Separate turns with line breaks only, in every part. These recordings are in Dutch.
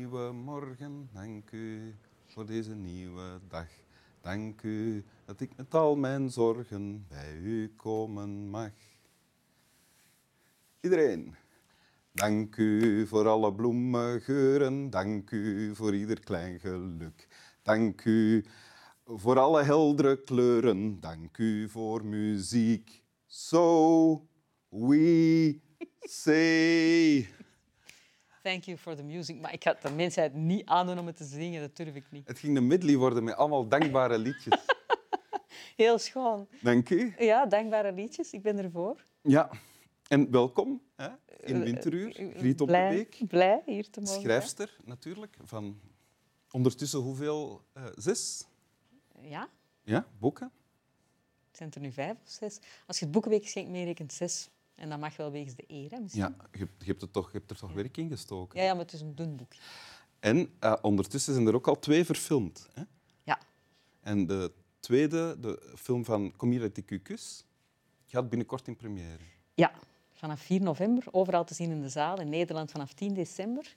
Goedemorgen, dank u voor deze nieuwe dag. Dank u dat ik met al mijn zorgen bij u komen mag. Iedereen. Dank u voor alle bloemengeuren, dank u voor ieder klein geluk. Dank u voor alle heldere kleuren, dank u voor muziek. So we say.
Thank you for the music. Maar ik ga het de mensheid niet aandoen om het te zingen, dat durf ik niet.
Het ging een medley worden met allemaal dankbare liedjes.
Heel schoon.
Dank u.
Ja, dankbare liedjes, ik ben ervoor.
Ja, en welkom hè, in Winteruur, Griet op de
eh, blij,
Beek.
Blij hier te mogen
Schrijfster natuurlijk, van ondertussen hoeveel? eh, zes
zijn. Ja,
ja, boeken.
het zijn er nu vijf of zes. Als je het boekenweek schenkt, meerekent zes. En dat mag wel wegens de eer, hè, misschien.
Ja, je, hebt- je hebt, het toch, je hebt er toch werk in gestoken.
Ja, ja, maar het is een dun boekje.
En eh, ondertussen zijn er ook al twee verfilmd. Hè?
Ja.
En de tweede, de film van Community Cucus, gaat binnenkort in première.
Ja, vanaf 4 november, overal te zien in de zaal. In Nederland vanaf 10 december.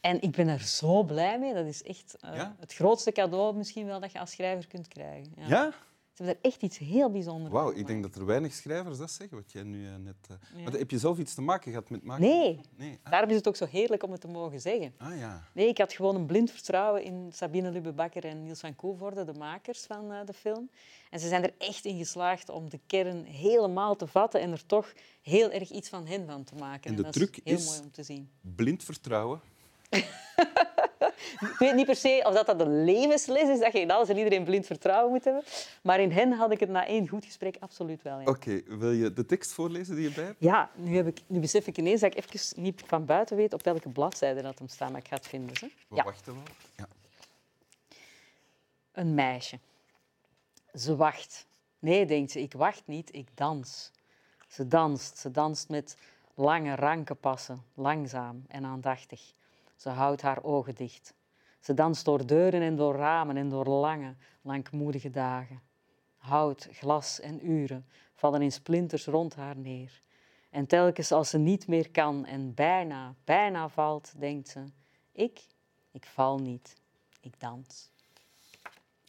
En ik ben er zo blij mee. Dat is echt eh,
Ja?
het grootste cadeau misschien wel dat je als schrijver kunt krijgen.
Ja?
Ze hebben daar echt iets heel bijzonders
Wauw,
van
ik denk dat er weinig schrijvers dat zeggen, wat jij nu eh, net... eh,
Ja.
Maar heb je zelf iets te maken gehad met maken?
Nee,
Nee. Ah,
daarom is het ook zo heerlijk om het te mogen zeggen.
ah, ja.
Nee, ik had gewoon een blind vertrouwen in Sabine Lubbebakker en Niels van Koevoorde, de makers van eh, de film. En ze zijn er echt in geslaagd om de kern helemaal te vatten en er toch heel erg iets van hen van te maken.
En de
dat
truc
is heel
is-
mooi om te zien.
Blind vertrouwen.
Ik weet niet per se of dat, dat een levensles is, dat je in alles en iedereen blind vertrouwen moet hebben. Maar in hen had ik het na één goed gesprek absoluut wel. Ja,
Oké, wil je de tekst voorlezen die je bij hebt?
ja nu, heb ik, nu besef ik ineens dat ik even niet van buiten weet op welke bladzijde dat hem staat, maar ik ga het vinden. Hè?
We
Ja.
wachten wel. Ja.
Een meisje. Ze wacht. Nee, denkt ze, ik wacht niet, ik dans. Ze danst. Ze danst met lange rankenpassen, langzaam en aandachtig. Ze houdt haar ogen dicht. Ze danst door deuren en door ramen en door lange, langmoedige dagen. Hout, glas en uren vallen in splinters rond haar neer. En telkens als ze niet meer kan en bijna, bijna valt, denkt ze: Ik, ik val niet, ik dans.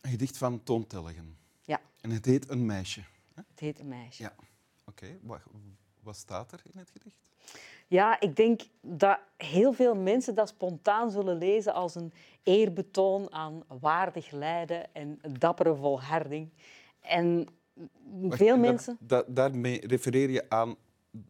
Een gedicht van Toon Telligen.
Ja.
En het heet Een meisje.
Het heet een meisje.
Ja. Oké, wa- wat staat er in het gedicht?
Ja, ik denk dat heel veel mensen dat spontaan zullen lezen als een eerbetoon aan waardig lijden en dappere volharding. En
Wacht,
veel
en dat-
mensen.
da- daarmee refereer je aan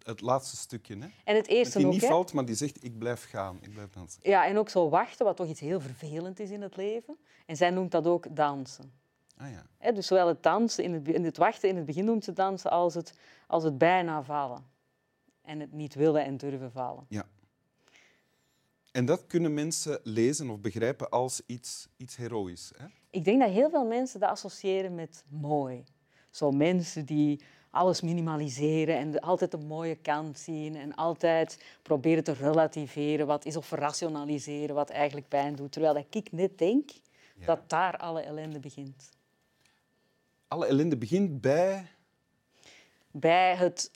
het laatste stukje. Hè?
En het
Dat
eerste
die
ook,
niet
hè.
valt, maar die zegt ik blijf gaan, ik blijf dansen.
Ja, en ook zo wachten, wat toch iets heel vervelend is in het leven. En zij noemt dat ook dansen.
Ah ja.
Hè, dus zowel het dansen, in het, be- in het wachten in het begin noemt ze dansen, als het, als het bijna vallen. En het niet willen en durven vallen.
ja. En dat kunnen mensen lezen of begrijpen als iets, iets heroïs. Hè?
Ik denk dat heel veel mensen dat associëren met mooi. Zo mensen die alles minimaliseren en de- altijd de mooie kant zien en altijd proberen te relativeren wat is of rationaliseren wat eigenlijk pijn doet. Terwijl dat ik net denk
Ja.
dat daar alle ellende begint.
Alle ellende begint bij...
Bij het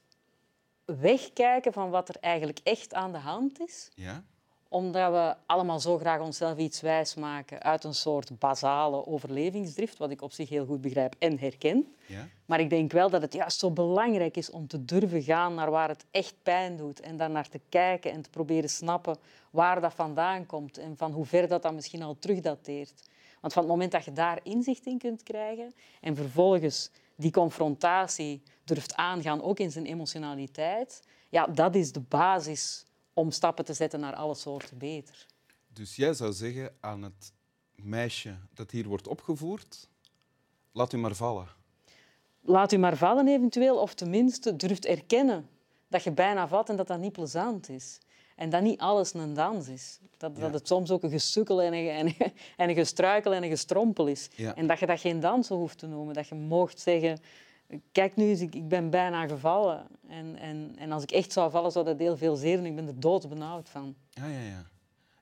wegkijken van wat er eigenlijk echt aan de hand is,
Ja?
omdat we allemaal zo graag onszelf iets wijs maken uit een soort basale overlevingsdrift, wat ik op zich heel goed begrijp en herken.
Ja?
Maar ik denk wel dat het juist zo belangrijk is om te durven gaan naar waar het echt pijn doet. En daar naar te kijken en te proberen snappen waar dat vandaan komt. En van hoe ver dat dan misschien al terugdateert. Want van het moment dat je daar inzicht in kunt krijgen en vervolgens die confrontatie durft aangaan, ook in zijn emotionaliteit, ja, dat is de basis om stappen te zetten naar alle soorten beter.
Dus jij zou zeggen aan het meisje dat hier wordt opgevoerd, laat u maar vallen.
Laat u maar vallen eventueel, of tenminste durft erkennen dat je bijna valt en dat dat niet plezant is. En dat niet alles een dans is. Dat,
Ja.
dat het soms ook een gesukkel en een, en, een- en een gestruikel en een gestrompel is.
Ja.
En dat je dat geen dansen hoeft te noemen. Dat je moogt zeggen, kijk nu eens, ik, ik ben bijna gevallen. En, en, en als ik echt zou vallen, zou dat heel veel zeer doen. Ik ben er doodsbenauwd van.
Ja, ja, ja.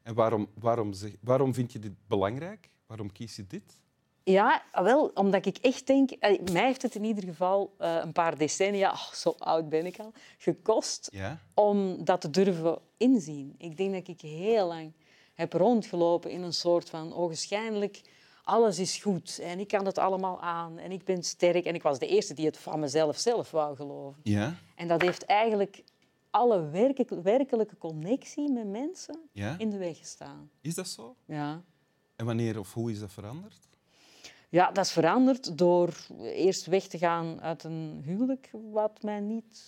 En waarom, waarom, zeg, waarom vind je dit belangrijk? Waarom kies je dit?
Ja, ah, wel, omdat ik echt denk... eh, Mij heeft het in ieder geval eh, een paar decennia, oh, zo oud ben ik al, gekost
Ja?
om dat te durven inzien. Ik denk dat ik heel lang heb rondgelopen in een soort van ogenschijnlijk alles is goed en ik kan het allemaal aan en ik ben sterk. En ik was de eerste die het van mezelf zelf wou geloven.
Ja?
En dat heeft eigenlijk alle werke- werkelijke connectie met mensen
Ja?
in de weg gestaan.
Is dat zo?
Ja.
En wanneer of hoe is dat veranderd?
Ja, dat is veranderd door eerst weg te gaan uit een huwelijk wat mij niet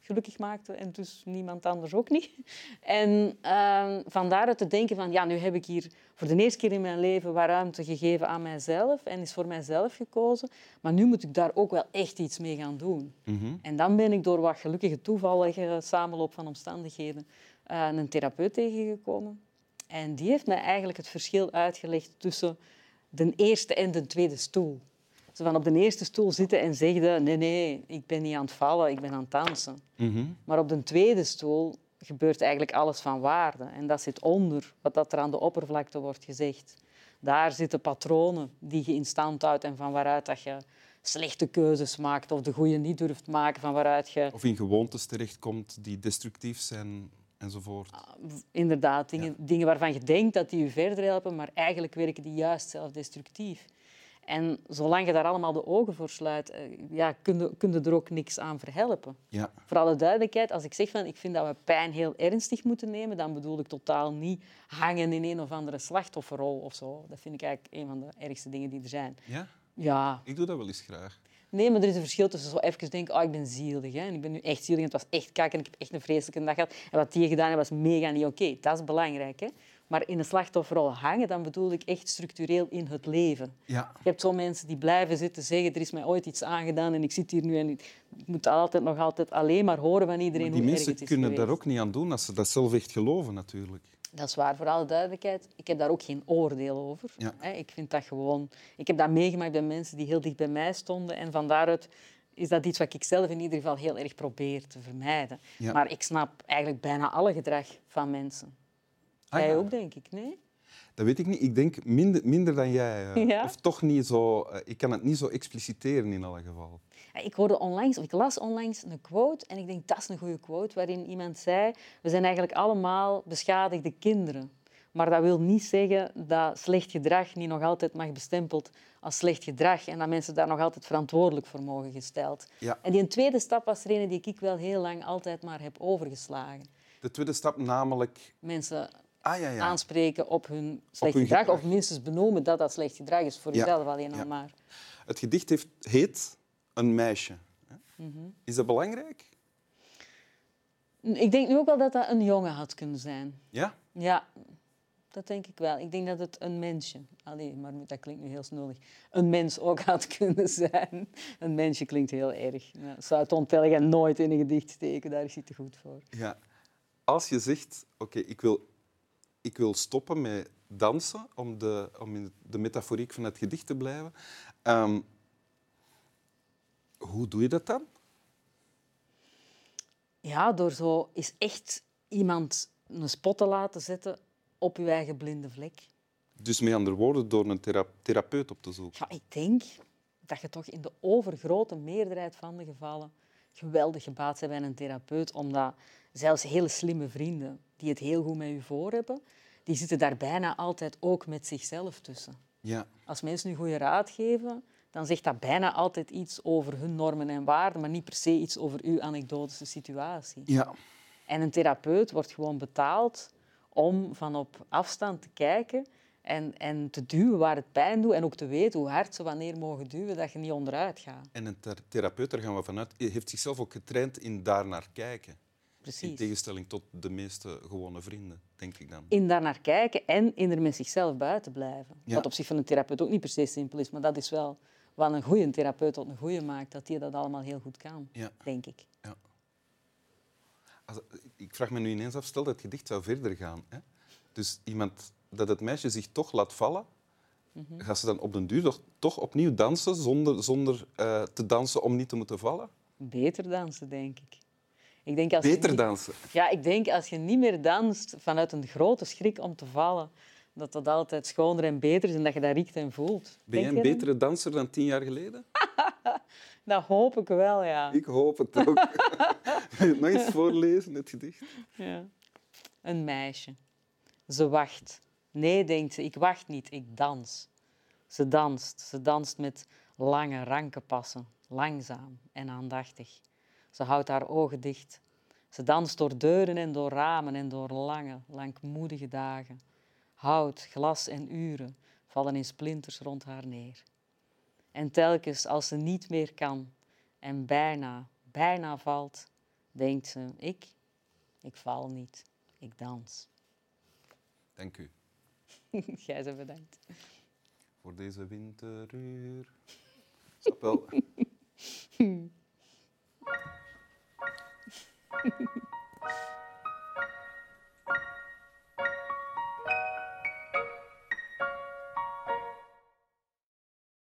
gelukkig maakte en dus niemand anders ook niet. En ehm van daaruit te denken van, ja, nu heb ik hier voor de eerste keer in mijn leven wat ruimte gegeven aan mijzelf en is voor mijzelf gekozen, maar nu moet ik daar ook wel echt iets mee gaan doen.
Mhm,
En dan ben ik door wat gelukkige toevallige samenloop van omstandigheden eh, een therapeut tegengekomen. En die heeft mij eigenlijk het verschil uitgelegd tussen de eerste en de tweede stoel. Ze van op de eerste stoel zitten en zeggen, nee, nee, ik ben niet aan het vallen, ik ben aan het dansen.
mhm.
Maar op de tweede stoel gebeurt eigenlijk alles van waarde. En dat zit onder wat dat er aan de oppervlakte wordt gezegd. Daar zitten patronen die je in stand houdt en van waaruit dat je slechte keuzes maakt of de goede niet durft maken, van waaruit je
Of in gewoontes terechtkomt die destructief zijn enzovoort.
Ah. inderdaad dingen, dingen waarvan je denkt dat die je verder helpen, maar eigenlijk werken die juist zelf destructief. En zolang je daar allemaal de ogen voor sluit, eh, ja, kun, je, kun je er ook niks aan verhelpen.
Ja.
Voor alle duidelijkheid, als ik zeg van ik vind dat we pijn heel ernstig moeten nemen, dan bedoel ik totaal niet hangen in een of andere slachtofferrol of zo. Dat vind ik eigenlijk een van de ergste dingen die er zijn.
ja,
Ja,
ik doe dat wel eens graag.
nee, maar er is een verschil tussen zo even denken, oh, ik ben zielig hè, en ik ben nu echt zielig en het was echt kak en ik heb echt een vreselijke dag gehad en wat die gedaan heeft was mega niet oké. Dat is belangrijk, hè. Maar in een slachtofferrol hangen, dan bedoel ik echt structureel in het leven.
Ja.
Je hebt zo mensen die blijven zitten zeggen, er is mij ooit iets aangedaan en ik zit hier nu en ik ik moet altijd nog altijd alleen maar horen van iedereen
Die
hoe erg
mensen
het is
kunnen
geweest.
daar ook niet aan doen als ze dat zelf echt geloven, natuurlijk.
Dat is waar, voor alle duidelijkheid. Ik heb daar ook geen oordeel over.
Ja.
Hè, Ik vind dat gewoon... Ik heb dat meegemaakt bij mensen die heel dicht bij mij stonden. En van daaruit is dat iets wat ik zelf in ieder geval heel erg probeer te vermijden.
Ja.
Maar ik snap eigenlijk bijna alle gedrag van mensen.
Ah,
Jij
ja.
ook, denk ik, nee?
Dat weet ik niet. Ik denk minder, minder dan jij. eh.
Ja?
Of toch niet zo... eh, ik kan het niet zo expliciteren in alle geval.
Ja, Ik hoorde onlangs, of ik las onlangs een quote en ik denk dat is een goede quote, waarin iemand zei: We zijn eigenlijk allemaal beschadigde kinderen. Maar dat wil niet zeggen dat slecht gedrag niet nog altijd mag bestempeld als slecht gedrag en dat mensen daar nog altijd verantwoordelijk voor mogen gesteld.
Ja.
En die een tweede stap was er een die ik wel heel lang altijd maar heb overgeslagen.
De tweede stap namelijk...
Mensen
Ah, ja, ja.
aanspreken op hun slecht
hun
gedrag,
gedrag.
of minstens benoemen dat dat slecht gedrag is voor
Ja.
jezelf alleen al
Ja.
maar.
Het gedicht heeft, heet Een meisje. hè.
Mhm.
Is dat belangrijk?
Ik denk nu ook wel dat dat een jongen had kunnen zijn.
Ja?
Ja, dat denk ik wel. Ik denk dat het een mensje, allee, maar dat klinkt nu heel snullig, een mens ook had kunnen zijn. Een mensje klinkt heel erg. Ja, zou Tom Telgen nooit in een gedicht steken, daar is hij te goed voor.
Ja. Als je zegt, oké, ik, wil, ik wil stoppen met dansen, om, de, om in de metaforiek van het gedicht te blijven, ehm, hoe doe je dat dan?
Ja, door zo is echt iemand een spot te laten zetten op je eigen blinde vlek.
Dus met andere woorden, door een thera- therapeut op te zoeken.
Ja, ik denk dat je toch in de overgrote meerderheid van de gevallen geweldig gebaat bent bij een therapeut, omdat zelfs hele slimme vrienden die het heel goed met je voor hebben, die zitten daar bijna altijd ook met zichzelf tussen.
Ja.
Als mensen nu goede raad geven, dan zegt dat bijna altijd iets over hun normen en waarden, maar niet per se iets over uw anekdotische situatie.
Ja.
En een therapeut wordt gewoon betaald om van op afstand te kijken en, en te duwen waar het pijn doet. En ook te weten hoe hard ze wanneer mogen duwen, dat je niet onderuit gaat.
En een thera- therapeut, daar gaan we vanuit, heeft zichzelf ook getraind in daarnaar kijken. In
Precies.
tegenstelling tot de meeste gewone vrienden, denk ik dan.
In daar naar kijken en in er met zichzelf buiten blijven.
Ja.
Wat op zich van een therapeut ook niet per se simpel is, maar dat is wel wat een goede therapeut tot een goede maakt, dat die dat allemaal heel goed kan,
Ja.
denk ik.
Ja. Als- ik vraag me nu ineens af, stel dat het gedicht zou verder gaan. Hè? Dus iemand, dat het meisje zich toch laat vallen,
Mhm.
gaat ze dan op den duur toch, toch opnieuw dansen zonder, zonder eh, te dansen om niet te moeten vallen?
Beter dansen, denk ik. ik denk als je
Beter
niet-
dansen.
Ja, ik denk als je niet meer danst vanuit een grote schrik om te vallen, dat dat altijd schoner en beter is en dat je dat riekt en voelt.
Ben jij
Denk
een
je dat?
betere danser dan tien jaar geleden?
Dat hoop ik wel, ja.
Ik hoop het ook. Wil je het nog eens voorlezen, het gedicht?
ja. Een meisje. Ze wacht. Nee, denkt ze, ik wacht niet, ik dans. Ze danst. Ze danst met lange rankenpassen, langzaam en aandachtig. Ze houdt haar ogen dicht. Ze danst door deuren en door ramen en door lange, langmoedige dagen. Hout, glas en uren vallen in splinters rond haar neer. En telkens als ze niet meer kan en bijna, bijna valt, denkt ze: ik, ik val niet, ik dans.
Dank u
Jij ze bedankt.
voor deze winteruur. Snap wel.